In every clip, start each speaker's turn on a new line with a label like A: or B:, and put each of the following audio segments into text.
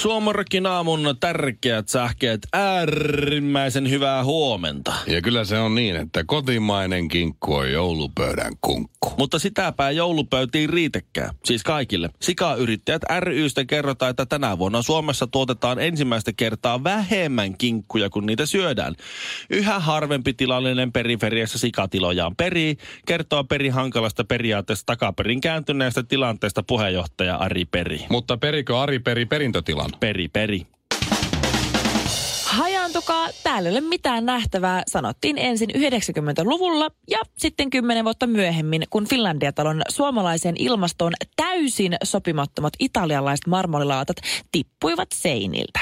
A: Suomarkin aamun tärkeät sähkeet, äärimmäisen hyvää huomenta.
B: Ja kyllä se on niin, että kotimainen kinkku on joulupöydän kunkku.
A: Mutta sitäpä joulupöytiin riitekään, siis kaikille. Sikayrittäjät rystä kerrotaan, että tänä vuonna Suomessa tuotetaan ensimmäistä kertaa vähemmän kinkkuja kuin niitä syödään. Yhä harvempi tilallinen periferiassa sikatilojaan perii, kertoo peri hankalasta periaatteesta takaperin kääntyneestä tilanteesta puheenjohtaja Ari Peri.
B: Mutta perikö Ari peri perintötilan?
A: Peri, peri.
C: Hajaantukaa, täällä ei ole mitään nähtävää, sanottiin ensin 90-luvulla ja sitten 10 vuotta myöhemmin, kun Finlandiatalon suomalaiseen ilmastoon täysin sopimattomat italialaiset marmorilaatat tippuivat seiniltä.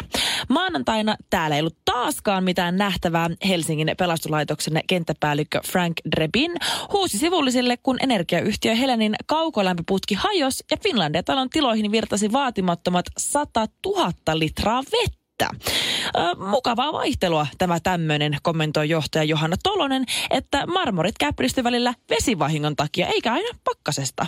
C: Maanantaina täällä ei ollut taaskaan mitään nähtävää. Helsingin pelastuslaitoksen kenttäpäällikkö Frank Drebin huusi sivullisille, kun energiayhtiö Helenin kaukolämpöputki hajosi ja Finlandiatalon tiloihin virtasi vaatimattomat 100 000 litraa vettä vettä. Ö, mukavaa vaihtelua tämä tämmöinen, kommentoi johtaja Johanna Tolonen, että marmorit käpristy välillä vesivahingon takia, eikä aina pakkasesta.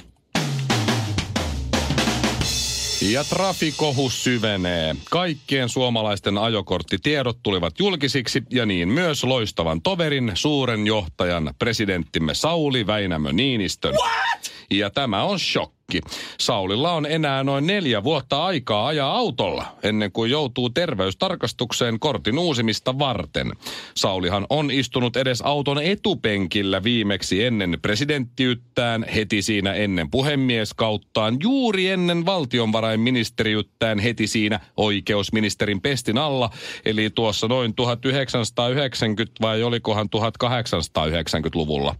B: Ja trafikohu syvenee. Kaikkien suomalaisten ajokorttitiedot tulivat julkisiksi ja niin myös loistavan toverin, suuren johtajan, presidenttimme Sauli Väinämö Niinistön. What? Ja tämä on shokki. Saulilla on enää noin neljä vuotta aikaa ajaa autolla, ennen kuin joutuu terveystarkastukseen kortin uusimista varten. Saulihan on istunut edes auton etupenkillä viimeksi ennen presidenttiyttään, heti siinä ennen puhemieskauttaan, juuri ennen valtionvarainministeriyttään, heti siinä oikeusministerin pestin alla, eli tuossa noin 1990 vai olikohan 1890-luvulla.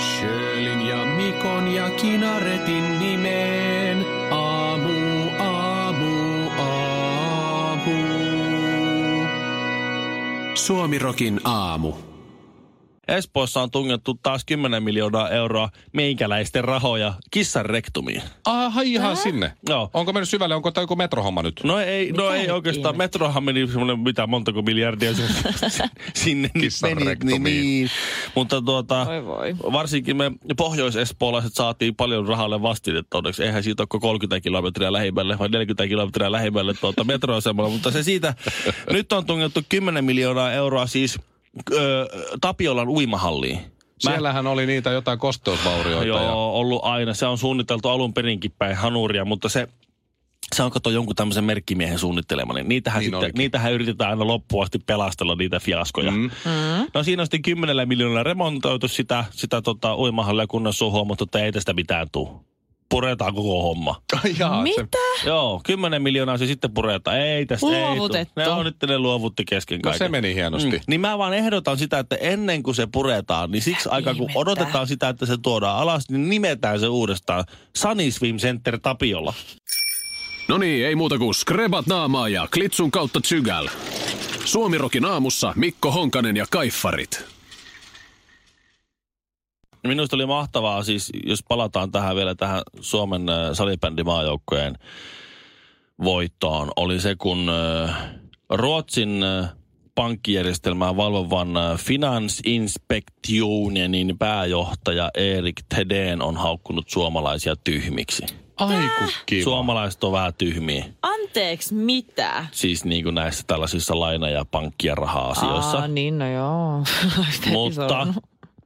D: Sjölin ja Mikon ja Kinaretin nimeen. Aamu, aamu, aamu. Suomirokin aamu.
A: Espoossa on tungettu taas 10 miljoonaa euroa meikäläisten rahoja kissan rektumiin.
B: Aha, Ah, ihan sinne.
A: Joo.
B: Onko mennyt syvälle? Onko tämä joku metrohomma nyt?
A: No ei, no ei
C: nyt
A: oikeastaan. Metrohan meni semmoinen mitä montako miljardia se- sinne nyt
B: Kissan
A: meni. Niin,
B: rektumiin.
A: niin. Mutta tuota,
C: Oi voi.
A: varsinkin me pohjois-espoolaiset saatiin paljon rahalle vastinetta onneksi. Eihän siitä ole kuin 30 kilometriä lähimmälle vai 40 kilometriä lähimmälle tuota metroasemalla. Mutta se siitä, nyt on tungettu 10 miljoonaa euroa siis ö, Tapiolan uimahalliin. Mä-
B: Siellähän oli niitä jotain kosteusvaurioita. ja...
A: Joo, ollut aina. Se on suunniteltu alun perinkin päin hanuria, mutta se, se on kato jonkun tämmöisen merkkimiehen suunnittelema. Niin niitähän,
B: Niin
A: niin sitten,
B: olikin.
A: niitähän yritetään aina loppuun asti pelastella niitä fiaskoja. Mm. No siinä on sitten kymmenellä miljoonalla remontoitu sitä, sitä tota, uimahallia kunnan on huomattu, että tota, ei tästä mitään tuu. Puretaan koko homma.
B: Jaa, se-
C: Mitä?
A: Joo, 10 miljoonaa se sitten puretaan. Ei tästä ei tuu.
C: Luovutettu.
A: Ne on nyt ne luovutti kesken
B: No
A: kaiken.
B: se meni hienosti.
A: Mm. Niin mä vaan ehdotan sitä, että ennen kuin se puretaan, niin siksi aikaa kun
C: ihmettä.
A: odotetaan sitä, että se tuodaan alas, niin nimetään se uudestaan Sunny Swim Center Tapiolla.
D: No niin, ei muuta kuin skrebat naamaa ja klitsun kautta tsygäl. Suomirokin aamussa Mikko Honkanen ja Kaiffarit.
A: Minusta oli mahtavaa siis, jos palataan tähän vielä tähän Suomen äh, salibändimaajoukkojen voittoon, oli se kun äh, Ruotsin äh, pankkijärjestelmää valvovan äh, Finansinspektionenin pääjohtaja Erik Tedeen on haukkunut suomalaisia tyhmiksi.
B: Ai kun kiva.
A: Suomalaiset on vähän tyhmiä.
C: Anteeksi, mitä?
A: siis niin kuin näissä tällaisissa laina- ja pankki- ja raha-asioissa.
C: Aa, niin, no joo. Sitä ei
A: Mutta
C: sanonut.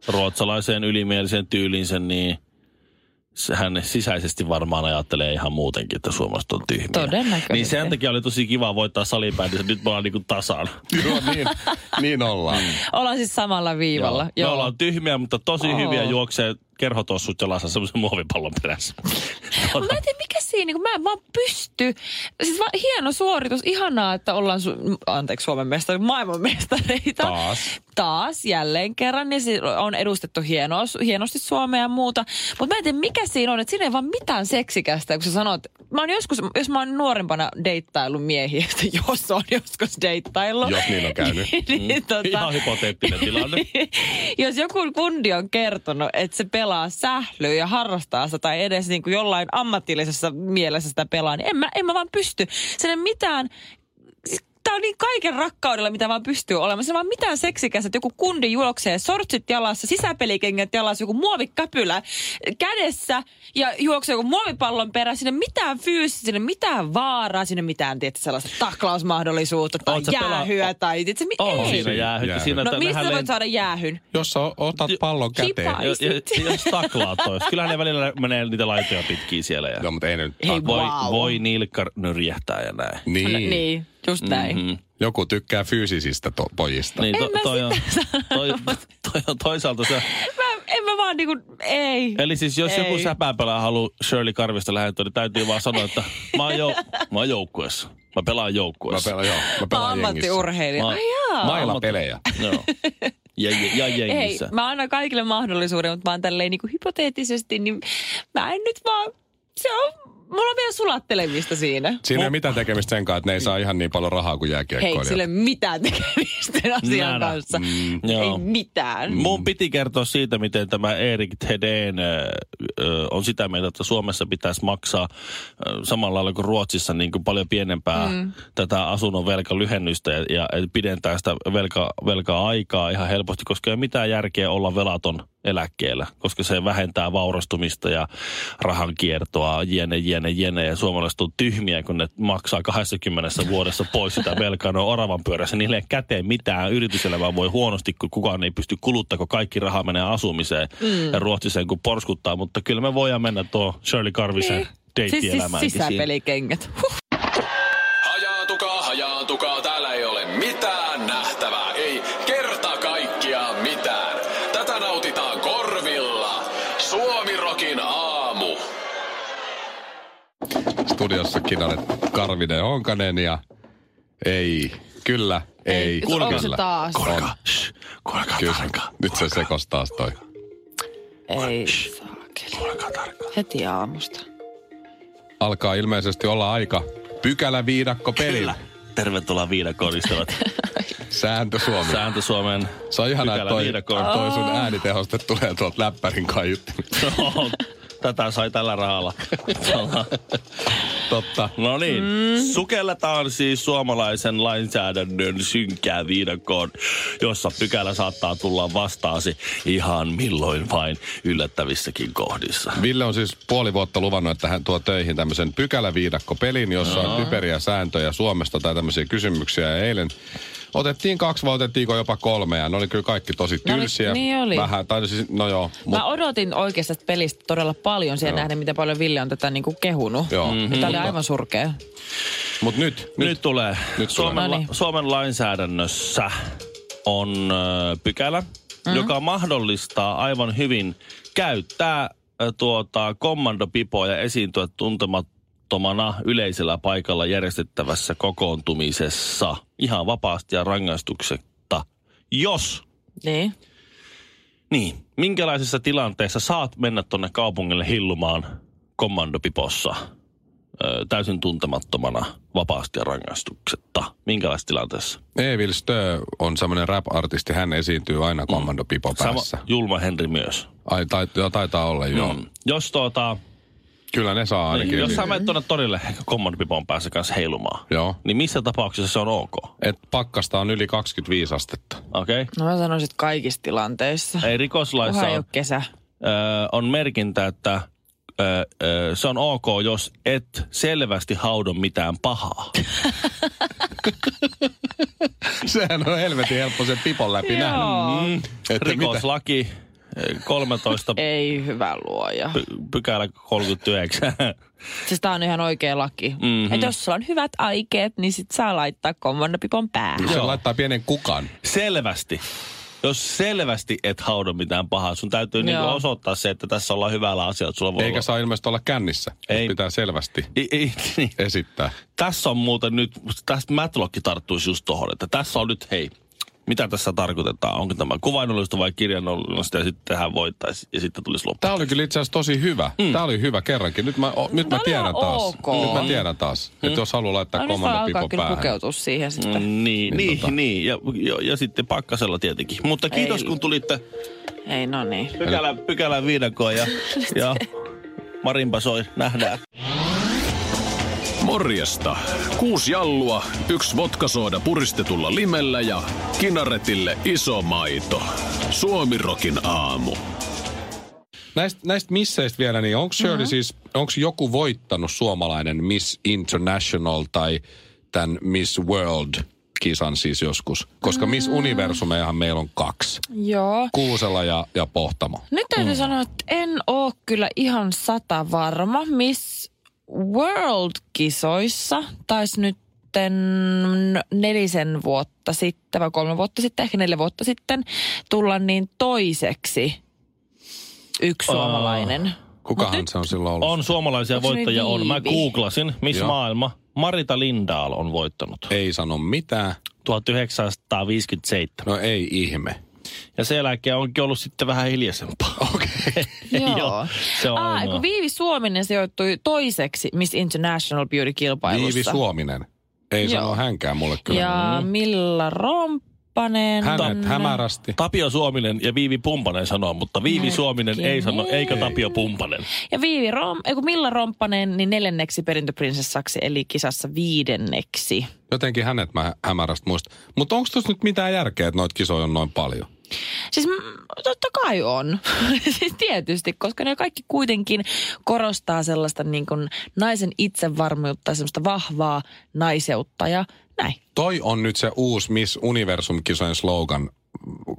A: ruotsalaiseen ylimieliseen tyylinsä, niin se- hän sisäisesti varmaan ajattelee ihan muutenkin, että suomalaiset on tyhmiä.
C: Todennäköisesti.
A: Niin sen takia oli tosi kiva voittaa salibändissä. Nyt me ollaan niinku tasan.
B: Joo, niin, niin ollaan.
D: Mm.
C: Ollaan siis samalla viivalla.
A: Me ollaan tyhmiä, mutta tosi
C: Oo.
A: hyviä juoksee kerhotossut jalassa semmoisen muovipallon perässä.
C: Mut Mä en tiedä, mikä siinä, kun mä en vaan pysty. Siis vaan hieno suoritus, ihanaa, että ollaan, su- anteeksi, Suomen mestari, maailman mestareita.
B: Taas.
C: taas jälleen kerran, niin si- on edustettu hienos, hienosti Suomea ja muuta. Mutta mä en tiedä, mikä siinä on, että siinä ei vaan mitään seksikästä, kun sä sanot, mä oon joskus, jos mä oon nuorempana deittailu miehiä, jos on joskus deittailu.
B: Jos niin on käynyt.
C: niin, tota,
A: Ihan hypoteettinen tilanne.
C: jos joku kundi on kertonut, että se pelaa sählyä ja harrastaa sitä tai edes niin kuin jollain ammatillisessa mielessä sitä pelaa, niin en mä, en mä vaan pysty. Sen ei mitään Tämä on niin kaiken rakkaudella, mitä vaan pystyy olemaan. Se on vaan mitään seksikästä, että joku kundi juoksee sortsit jalassa, sisäpelikengät jalassa, joku muovikäpylä kädessä ja juoksee joku muovipallon perä. Sinne mitään fyysistä, sinne mitään vaaraa, sinne mitään tietysti sellaista taklausmahdollisuutta tai
A: Oot sä pelaa-
C: jäähyä tai tietysti, mi-
A: On
C: ei.
A: siinä jäähyt.
B: Jäähyt.
A: Siinä
C: No
A: tä-
C: mistä
A: nehän
C: sä voit
A: len-
C: saada jäähyn?
B: Jos sä otat pallon käteen.
C: Kipa-
A: jos, jos, jos taklaat toista. Kyllähän ne välillä menee niitä laitoja pitkin siellä. Ja
B: Joo, mutta ei ne nyt.
C: Ei
A: voi,
C: wow.
A: voi nilkka nyrjähtää ja näin. Mm.
C: No,
B: Niin.
C: niin, just näin. Mm-hmm.
B: Mm. Joku tykkää fyysisistä to- pojista.
A: Niin,
C: En mä
A: toi, on, toi, toi on toisaalta se.
C: Mä, en mä vaan niinku, ei.
A: Eli siis jos joku
C: Ei.
A: säpäpelä haluaa Shirley Karvista lähettää, niin täytyy vaan sanoa, että mä oon, jou, mä oon joukkueessa. Mä pelaan
B: Mä
A: joukkueessa.
B: pelaan, joo, mä
C: Mä oon
B: pelaan jengissä.
C: ammattiurheilija.
A: Mä-
C: Ai jaa.
B: Mailapelejä.
A: Joo. Ja, ja, ja
C: Ei,
A: jengissä.
C: mä annan kaikille mahdollisuuden, mutta mä oon tälleen niinku hypoteettisesti, niin mä en nyt vaan, se on, mulla on vielä sulattelemista siinä.
B: Siinä ei ole mitään tekemistä sen kanssa, että ne ei saa ihan niin paljon rahaa kuin
C: Hei,
B: jääkiekkoilijat.
C: sille ei mitään tekemistä tämän asian
A: Nada.
C: kanssa. Mm,
A: joo.
C: ei mitään.
A: Mm. Mun piti kertoa siitä, miten tämä Erik Thedeen ö, ö, on sitä mieltä, että Suomessa pitäisi maksaa ö, samalla lailla kuin Ruotsissa niin kuin paljon pienempää mm. tätä asunnon velkalyhennystä ja, ja pidentää sitä velka, velka-aikaa ihan helposti, koska ei ole mitään järkeä olla velaton eläkkeellä, koska se vähentää vaurastumista ja rahan kiertoa, jene, jene, jene. Ja suomalaiset on tyhmiä, kun ne maksaa 20 vuodessa pois sitä velkaa. Ne on oravan pyörässä, niille ei käteen mitään. Yrityselämä voi huonosti, kun kukaan ei pysty kuluttaa, kun kaikki raha menee asumiseen mm. ja ruotsiseen, kun porskuttaa. Mutta kyllä me voidaan mennä tuo Shirley Karvisen niin.
C: Siis, siis
A: deittielämäänkin siinä.
C: sisäpelikengät. Huh.
D: Hajaatukaa, hajaatukaa, täällä ei ole mitään nähtävää, ei kerta kaikkiaan mitään. Tätä nautitaan korvilla. Suomirokin aamu.
B: Studiossa kinaret Karvinen ja Honkanen ja ei, kyllä, ei,
C: Onko Siis se
B: kyllä.
C: taas?
B: On.
A: Shh, kuulkaa
B: Kyllä,
A: tarkkaan.
B: nyt se sekos taas toi.
C: Ei saakeli.
A: Kuulkaa tarkkaan.
C: Heti aamusta.
B: Alkaa ilmeisesti olla aika pykälä viidakko peli.
A: Kyllä. Tervetuloa viidakkoon, ystävät.
B: Sääntö Suomi.
A: Sääntö Oh. Suomen
B: Se on ihana, että
A: pykälä
B: toi,
A: viidakkoon.
B: toi sun äänitehoste tulee tuolta läppärin kaiuttimesta.
A: No, Tätä sai tällä rahalla.
B: Totta.
A: No niin, mm. sukelletaan siis suomalaisen lainsäädännön synkkää viidakkoon, jossa pykälä saattaa tulla vastaasi ihan milloin vain yllättävissäkin kohdissa.
B: Ville on siis puoli vuotta luvannut, että hän tuo töihin tämmöisen pykäläviidakkopelin, jossa on typeriä sääntöjä Suomesta tai tämmöisiä kysymyksiä. Ja eilen otettiin kaksi vai otettiinko jopa kolme ja ne oli kyllä kaikki tosi
C: No oli-
B: tylsiä.
C: niin oli.
B: Vähän, tai siis, no joo, mut,
C: Mä odotin oikeastaan tästä pelistä todella paljon siihen nähden, miten paljon Ville on tätä niinku kehunut.
B: Joo.
A: Mhm.
C: Mm-hmm. Tämä oli aivan surkea.
B: mut nyt,
A: Nyt,
B: nyt,
A: nyt tulee.
B: Nyt
A: Nyt
B: tulee.
A: Suomen,
C: No
A: la-
C: niin.
A: Suomen lainsäädännössä on ö, pykälä, mm-hmm. joka mahdollistaa aivan hyvin käyttää ö, tuota, kommandopipoja esiintyä tuntemattomana yleisellä paikalla järjestettävässä kokoontumisessa ihan vapaasti ja rangaistuksetta, jos
C: Niin.
A: niin, minkälaisessa tilanteessa saat mennä tuonne kaupungille hillumaan kommandopipossa ö, täysin tuntemattomana vapaasti ja rangaistuksetta? Minkälaisessa tilanteessa?
B: Evil Stö on semmoinen rap-artisti, hän esiintyy aina kommandopipo päässä.
A: Julma Henri myös.
B: Ai, tait, joo, taitaa olla, joo.
A: Mm. Jos tuota,
B: Kyllä ne saa ainakin.
A: niin, jos sä
B: yli.
A: menet tuonne torille kommandopipon päässä kanssa heilumaan,
B: Joo.
A: niin missä tapauksessa se on ok?
B: Et pakkasta on yli 25 astetta.
A: Okei? Okay?
C: No mä sanoisin, että kaikissa tilanteissa.
A: Ei
C: Kunhan
A: rikoslaissa
C: ei
A: on,
C: ole kesä.
A: ö, on merkintä, että ö, ö, se on ok, jos et selvästi haudo mitään pahaa.
B: Sehän on helvetin helppo sen pipon läpi nähdä.
A: Mm.
C: Joo.
B: Että
A: Rikoslaki ö, 13
C: Ei hyvä luoja.
A: py- pykälä 39.
C: Siis tää on ihan oikea laki. Mm-hmm. Et jos sulla on hyvät aikeet, niin sit saa laittaa kommandopipon päähän.
B: Jos se
A: Joo.
B: laittaa pienen kukan.
A: selvästi. Jos selvästi et haudo mitään pahaa, sun täytyy niin
C: Joo.
A: osoittaa se, että tässä ollaan hyvällä asialla. että Sulla voi
B: Eikä
A: olla...
B: saa ilmeisesti olla kännissä. Ei.
A: Ei.
B: Pitää selvästi
A: I, i, niin.
B: esittää.
A: Tässä on muuten nyt, tästä Matlock tarttuisi just tohon, että tässä on nyt, hei, mitä tässä tarkoitetaan. Onko tämä kuvainnollista vai kirjannollista ja sitten tähän voittaisi ja sitten tulisi loppu.
B: Tämä oli kyllä itse asiassa tosi hyvä. Mm. Tämä oli hyvä kerrankin. Nyt mä, o, nyt mä
C: No,
B: tiedän taas.
C: ok.
B: Nyt mä tiedän taas. Mm. Että jos haluaa laittaa
C: Ai, nyt vaan
B: komando
C: No niin, alkaa
B: pipo
C: kyllä
B: päähän.
C: pukeutua siihen sitten.
A: Mm, Niin, niin,
B: tota-
A: niin, niin. Ja, ja, ja sitten pakkasella tietenkin. Mutta kiitos
C: Ei.
A: kun tulitte
C: Ei, no niin.
A: pykälän, pykälän viidakoon ja, ja marimba soi. Nähdään.
D: Morjesta. Kuusi jallua, yksi vodkasooda puristetulla limellä ja kinaretille iso maito. Suomirokin aamu.
B: Näistä, näistä misseistä vielä, niin onko Shirley mm-hmm. siis, onko joku voittanut suomalainen Miss International tai tämän Miss World-kisan siis joskus? Koska Miss Universumejahan meillä on kaksi.
C: Joo.
B: Kuusela ja, ja Pohtamo.
C: Nyt täytyy mm. sanoa, että en oo kyllä ihan sata varma, miss World-kisoissa taisi nyt nelisen vuotta sitten vai kolme vuotta sitten, ehkä neljä vuotta sitten tulla niin toiseksi yksi
A: Aa.
C: suomalainen.
B: Kukahan se on silloin ollut?
A: On suomalaisia
C: Onks ne
A: voittajia on. Mä
C: viivi?
A: googlasin, missä
B: Joo.
A: maailma. Marita Lindahl on voittanut.
B: Ei sano mitään.
A: 1957.
B: No ei ihme.
A: Ja sen jälkeen onkin ollut sitten vähän hiljaisempaa. Okei. se on
C: Aa,
A: ainoa.
C: kun Viivi Suominen sijoittui toiseksi Miss International Beauty-kilpailussa.
B: Viivi Suominen. Ei
C: Joo.
B: sano hänkään mulle kyllä.
C: Ja Milla Romppanen.
B: Hänet
C: on-
B: hämärästi.
A: Tapio Suominen ja Viivi Pumpanen sanoo, mutta Viivi Suominen ei sano, eikä Tapio Pumpanen.
C: Ja Viivi Rom, ei kun Milla Romppanen, niin neljänneksi perintöprinsessaksi, eli kisassa viidenneksi.
B: Jotenkin hänet mä hämärästi muistan. Mutta onko tuossa nyt mitään järkeä, että noita kisoja on noin paljon?
C: Siis mm, totta kai on. siis tietysti, koska ne kaikki kuitenkin korostaa sellaista niin kuin naisen itsevarmuutta, semmoista vahvaa naiseutta ja näin.
B: Toi on nyt se uusi Miss Universum-kisojen slogan.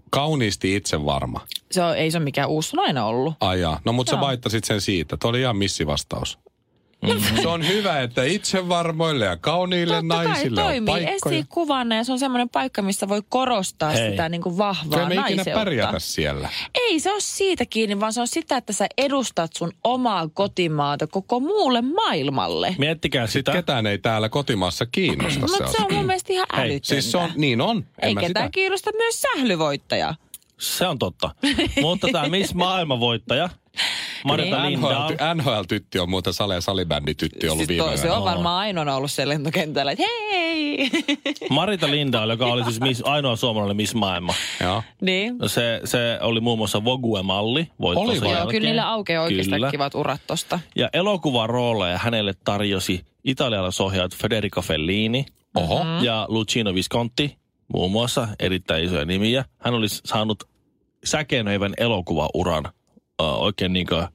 B: Kauniisti itsevarma.
C: Se on, ei se ole mikään uusi, se on aina ollut.
B: Ai jaa. No mutta sä
C: Joo.
B: vaihtasit sen siitä. Toi oli ihan missivastaus. Se on hyvä, että itsevarmoille ja kauniille
C: Mm-hmm. Totta kai
B: naisille on
C: toimii
B: paikkoja.
C: esikuvana ja se on semmoinen paikka, missä voi korostaa
A: Hei.
C: Hei. sitä niin kuin vahvaa
B: Kyllä me ikinä
C: naiseutta.
B: pärjätä siellä.
C: Ei se ole siitä kiinni, vaan se on sitä, että sä edustat sun omaa kotimaata koko muulle maailmalle.
A: Miettikää sitä.
B: Sitten ketään ei täällä kotimaassa kiinnosta
C: Mutta se on mun mielestä ihan
A: Hei,
C: älytöntä.
B: Siis se on, niin on. En
C: Ei
B: mä
C: ketään
B: sitä.
C: kiinnosta myös sählyvoittaja.
A: Se on totta. Mutta tämä Miss Maailmanvoittaja, Marita
B: Niin.
A: Lindahl.
B: NHL, NHL-tytti on muuten sale- salibänditytti ollut
C: Siis
B: viime
C: toi, se
B: yönä.
C: on varmaan ainoana ollut siellä lentokentällä, että hei!
A: Marita Lindahl, joka oli siis miss, ainoa suomalainen Miss Maailma.
B: Joo.
C: niin.
A: No Se, se oli muun muassa Vogue-malli.
B: Oli
A: voittonsa
B: vai?
C: Joo,
A: jälkeen.
C: kyllä niillä aukeaa oikeastaan
A: Kyllä.
C: kivat urat tosta.
A: Ja elokuvarooleja hänelle tarjosi italialaisohjaajat Federico Fellini
B: Oho.
C: Mm-hmm.
A: ja Lucino Visconti, muun muassa erittäin isoja nimiä. Hän oli saanut säkenöivän elokuvauran ö, oikein niin kuin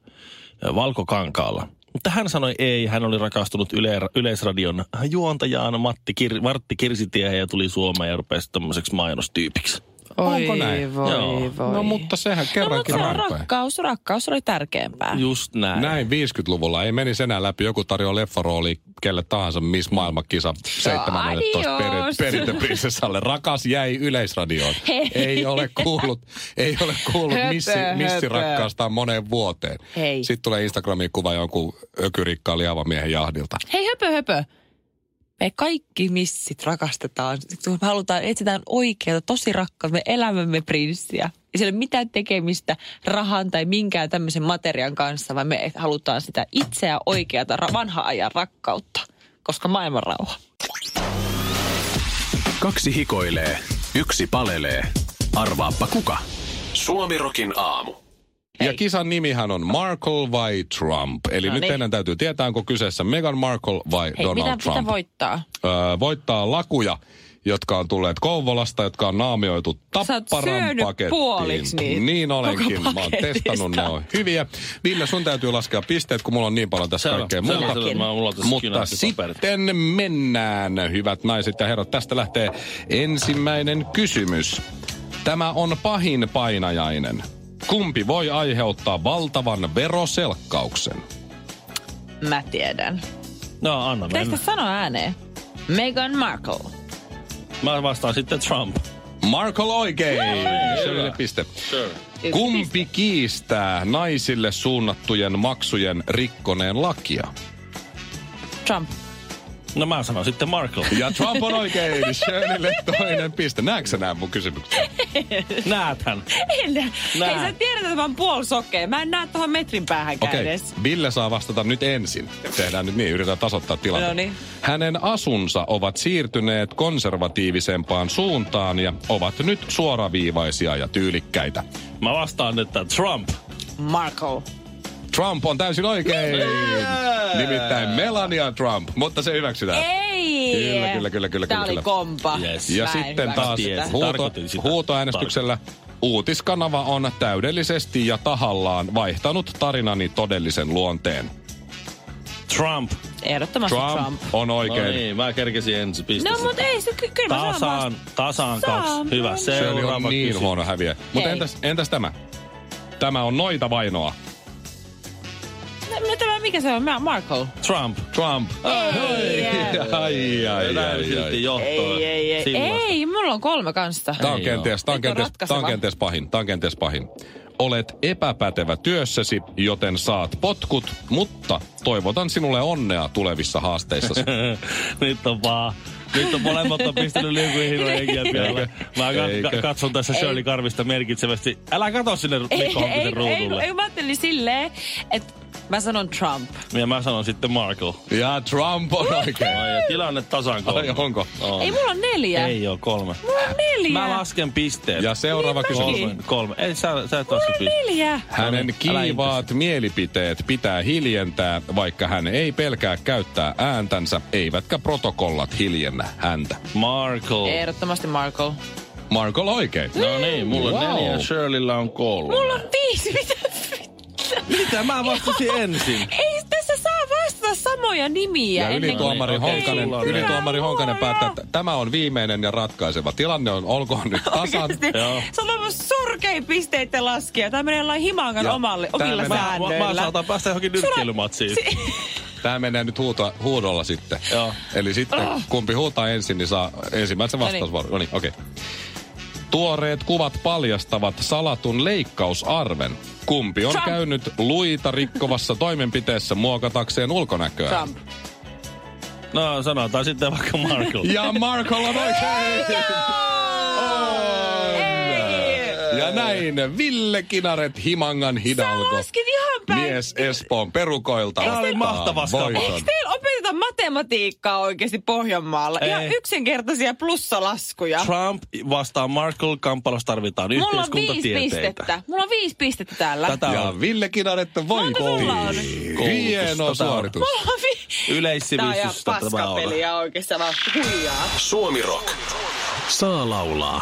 A: valkokankaalla. Mutta hän sanoi ei, hän oli rakastunut yle, Yleisradion juontajaan Matti Kir, Martti Kirsitie ja tuli Suomeen ja rupesi tämmöiseksi mainostyypiksi.
C: Oi,
B: Onko näin?
C: Voi,
A: Joo.
C: voi.
B: No mutta sehän
C: no, mutta
B: kerrankin
C: se on
B: rampain.
C: rakkaus, rakkaus oli tärkeämpää.
A: Just näin.
B: Näin 50-luvulla ei menisi enää läpi. Joku tarjoaa leffarooli kelle tahansa Miss Maailmankisa 17 peri-
C: adios.
B: perintöprinsessalle. Rakas jäi yleisradioon.
C: Hei.
B: Ei ole kuullut, ei ole kuullut
C: Höpö,
B: missi, missi
C: höpö.
B: rakkaastaan moneen vuoteen.
C: Hei.
B: Sitten tulee Instagramiin kuva jonkun ökyrikkaan liavamiehen jahdilta.
C: Hei höpö höpö. Me kaikki missit rakastetaan. Me halutaan, etsitään oikeaa, tosi rakkautta. Me elämämme prinssiä. Ja sillä ei ole mitään tekemistä rahan tai minkään tämmöisen materian kanssa, vaan me halutaan sitä itseä oikeata ra- vanhaa ajan rakkautta. Koska maailman rauha.
D: Kaksi hikoilee, yksi palelee. Arvaappa kuka? Suomirokin aamu.
B: Ja kisan nimihän on Markle vai Trump. Eli
C: No
B: nyt
C: niin.
B: teidän täytyy tietää, onko kyseessä Meghan Markle vai
C: Hei,
B: Donald
C: mitä
B: Trump.
C: pitää voittaa?
B: öö, voittaa lakuja, jotka on tulleet Kouvolasta, jotka on naamioitu
C: Sä oot
B: tapparan
C: syönyt
B: pakettiin.
C: puoliksi niitä
B: niin olenkin.
C: koko
B: Mä oon
C: paketista.
B: testannut, ne on hyviä. Ville, sun täytyy laskea pisteet, kun mulla on niin paljon tässä
A: Selvä,
B: kaikkea
A: selvä,
B: muuta.
A: selvä. Mä- mulla on tässä
B: Mutta
A: kynät ja paperit.
B: sitten mennään, hyvät naiset ja herrat. Tästä lähtee ensimmäinen kysymys. Tämä on pahin painajainen. Kumpi voi aiheuttaa valtavan veroselkkauksen?
C: Mä tiedän.
A: No anna
C: Teistä
A: mennä.
C: sano ääneen. Meghan Markle.
A: Mä vastaan sitten Trump.
B: Markle oikein! Shirleylle piste.
C: Yksi piste.
B: Kumpi kiistää naisille suunnattujen maksujen rikkoneen lakia?
C: Trump.
A: No mä sanon sitten Markle.
B: Ja Trump on oikein. Shirleylle toinen piste. Näetkö sä nää mun kysymykset?
A: Näethän.
C: En nä-
A: Nää.
C: Hei, sä tiedät, että mä oon puolisokea. Mä en näe tuohon metrin päähänkään
B: Okei,
C: okay.
B: okay.
C: edes.
B: Ville saa vastata nyt ensin. Tehdään nyt niin, yritetään tasoittaa tilanne.
C: No niin.
B: Hänen asunsa ovat siirtyneet konservatiivisempaan suuntaan ja ovat nyt suoraviivaisia ja tyylikkäitä.
A: Mä vastaan, että Trump.
C: Marco.
B: Trump on täysin oikein. Nimittäin Melania Trump, mutta se hyväksytään.
C: Ei!
B: Kyllä, kyllä, kyllä, kyllä,
C: Tää
B: kyllä.
C: oli kompa.
A: Yes.
B: Ja
C: Mä en
B: sitten
C: hyväksy
B: taas
C: sitä.
A: Tiesi,
B: huuto,
A: tarkoitin sitä.
B: huutoäänestyksellä uutiskanava on täydellisesti ja tahallaan vaihtanut tarinani todellisen luonteen.
A: Trump.
C: Ehdottomasti
B: Trump,
C: Trump.
B: on
A: No
B: oikein.
A: niin, mä kerkesin ensi
C: No
A: pistettä.
C: mut ei se, ky- kyllä mä saan
A: Tasaan,
C: vasta-
A: tasaan
C: Saan
A: kaksi. Hyvä,
C: mä.
B: Se on
A: seuraava
B: niin
A: kysymys.
B: huono häviä. Mutta
C: Hei.
B: entäs, entäs tämä? Tämä on noita vainoa.
C: No, no tämä, mikä se on? Mä, Marco.
A: Trump.
B: Trump.
C: Ei,
B: Ai, ai,
A: Näin
B: ai, ai.
A: silti johtoon.
C: ei, ei, ei.
A: Sillasta.
C: Ei, mulla on kolme kanssa.
B: Tämä on
A: Ei oo.
B: kenties, tämä on
C: Nyt on
B: kenties, tämä on
C: ratkaiseva.
B: kenties pahin, tämä on kenties pahin. Olet epäpätevä työssäsi, joten saat potkut, mutta toivotan sinulle onnea tulevissa haasteissasi.
A: Nyt on vaan... Nyt on molemmat on pistänyt liukuihin henkiä pialle. Mä
B: Eikö?
A: kat- katson tässä Shirley Karvista merkitsevästi. Älä kato sinne Mikko Honkisen
C: ei, kun-
A: ruudulle.
C: ei, mä ajattelin silleen, että mä sanon Trump.
A: Ja mä sanon sitten Markle.
B: ja Trump on oikein.
A: Ai, ja tilanne tasan kolme.
B: Ai, onko?
A: On.
C: Ei, mulla on neljä.
A: Ei ole kolme.
C: Mulla on neljä.
A: Mä lasken pisteet.
B: Ja seuraava
C: Niin
B: kysymys.
C: mäkin.
A: kolme. kolme. Ei, sä, sä et
C: Mulla
A: laske
C: on
A: pisteet.
C: neljä.
B: Hänen
A: Älä- älä
B: kiivaat mielipiteet pitää hiljentää, vaikka hän ei pelkää käyttää ääntänsä, eivätkä protokollat hiljennä häntä. Oh.
A: Markle.
C: Ehdottomasti Marco.
B: Marko oikein.
A: No niin, mulla on
B: Wow.
A: neljä, Shirleyllä on kolme.
C: Mulla on viisi. Mitä?
A: Mitä? Mä vastasin ensin.
C: Ei tässä saa vastata samoja nimiä.
B: Ja
C: ennen kuin-
B: ylituomari
A: Okei,
B: Honkanen,
A: sulla on
B: ylituomari
C: näin.
B: Honkanen
C: Hyvä
B: päättää,
C: luoja.
B: että tämä on viimeinen ja ratkaiseva. Tilanne on, olkoon nyt tasan.
C: Oikeesti.
A: Joo.
C: Se on aivan surkein pisteitten laskija. Tämä menee jollain himangan
B: Joo.
C: omalle,
B: Tää
C: omilla
B: menee-
A: Mä, mä, mä
C: säännöillä.
A: saatan päästä johonkin nyrkkeilymatsiin.
B: Tämä menee nyt huuto, huudolla sitten.
A: Joo.
B: Eli sitten kumpi huutaa ensin, niin saa ensimmäisen
C: Ah. No niin.
B: vastausvuoron. No niin, okei. Tuoreet kuvat paljastavat salatun leikkausarven. Kumpi on
C: Trump.
B: käynyt luita rikkovassa toimenpiteessä muokatakseen ulkonäköä?
C: Trump.
A: No sanotaan sitten vaikka Markle.
B: Ja Marko on oikein! On! Ja näin Ville Kinaret Himangan
C: Sä
B: hidalgo.
C: laskit ihan päin.
B: Mies Espoon perukoilta.
A: Tää oli
B: ottaa
A: mahtava skapa.
B: voiton.
C: Eikö teillä opeteta matematiikkaa oikeasti Pohjanmaalla?
A: Ei.
C: Ihan yksinkertaisia plussalaskuja.
A: Trump vastaa Markle. Kampalas tarvitaan
C: Mulla on viisi
A: yhteiskuntatieteitä.
C: pistettä. Mulla on viisi pistettä täällä.
A: Tätä
B: Ja
A: on
B: Ville Kinaret
C: Monta
B: voitti.
C: sulla on?
A: Koulutusta
B: Hieno
A: tää on.
B: suoritus.
C: Mulla on vi- Tää on ihan
A: yleissivistystä tämä on.
C: paskapeliä oikeastaan. Mä huijaa.
D: Suomi Rock. Saa laulaa.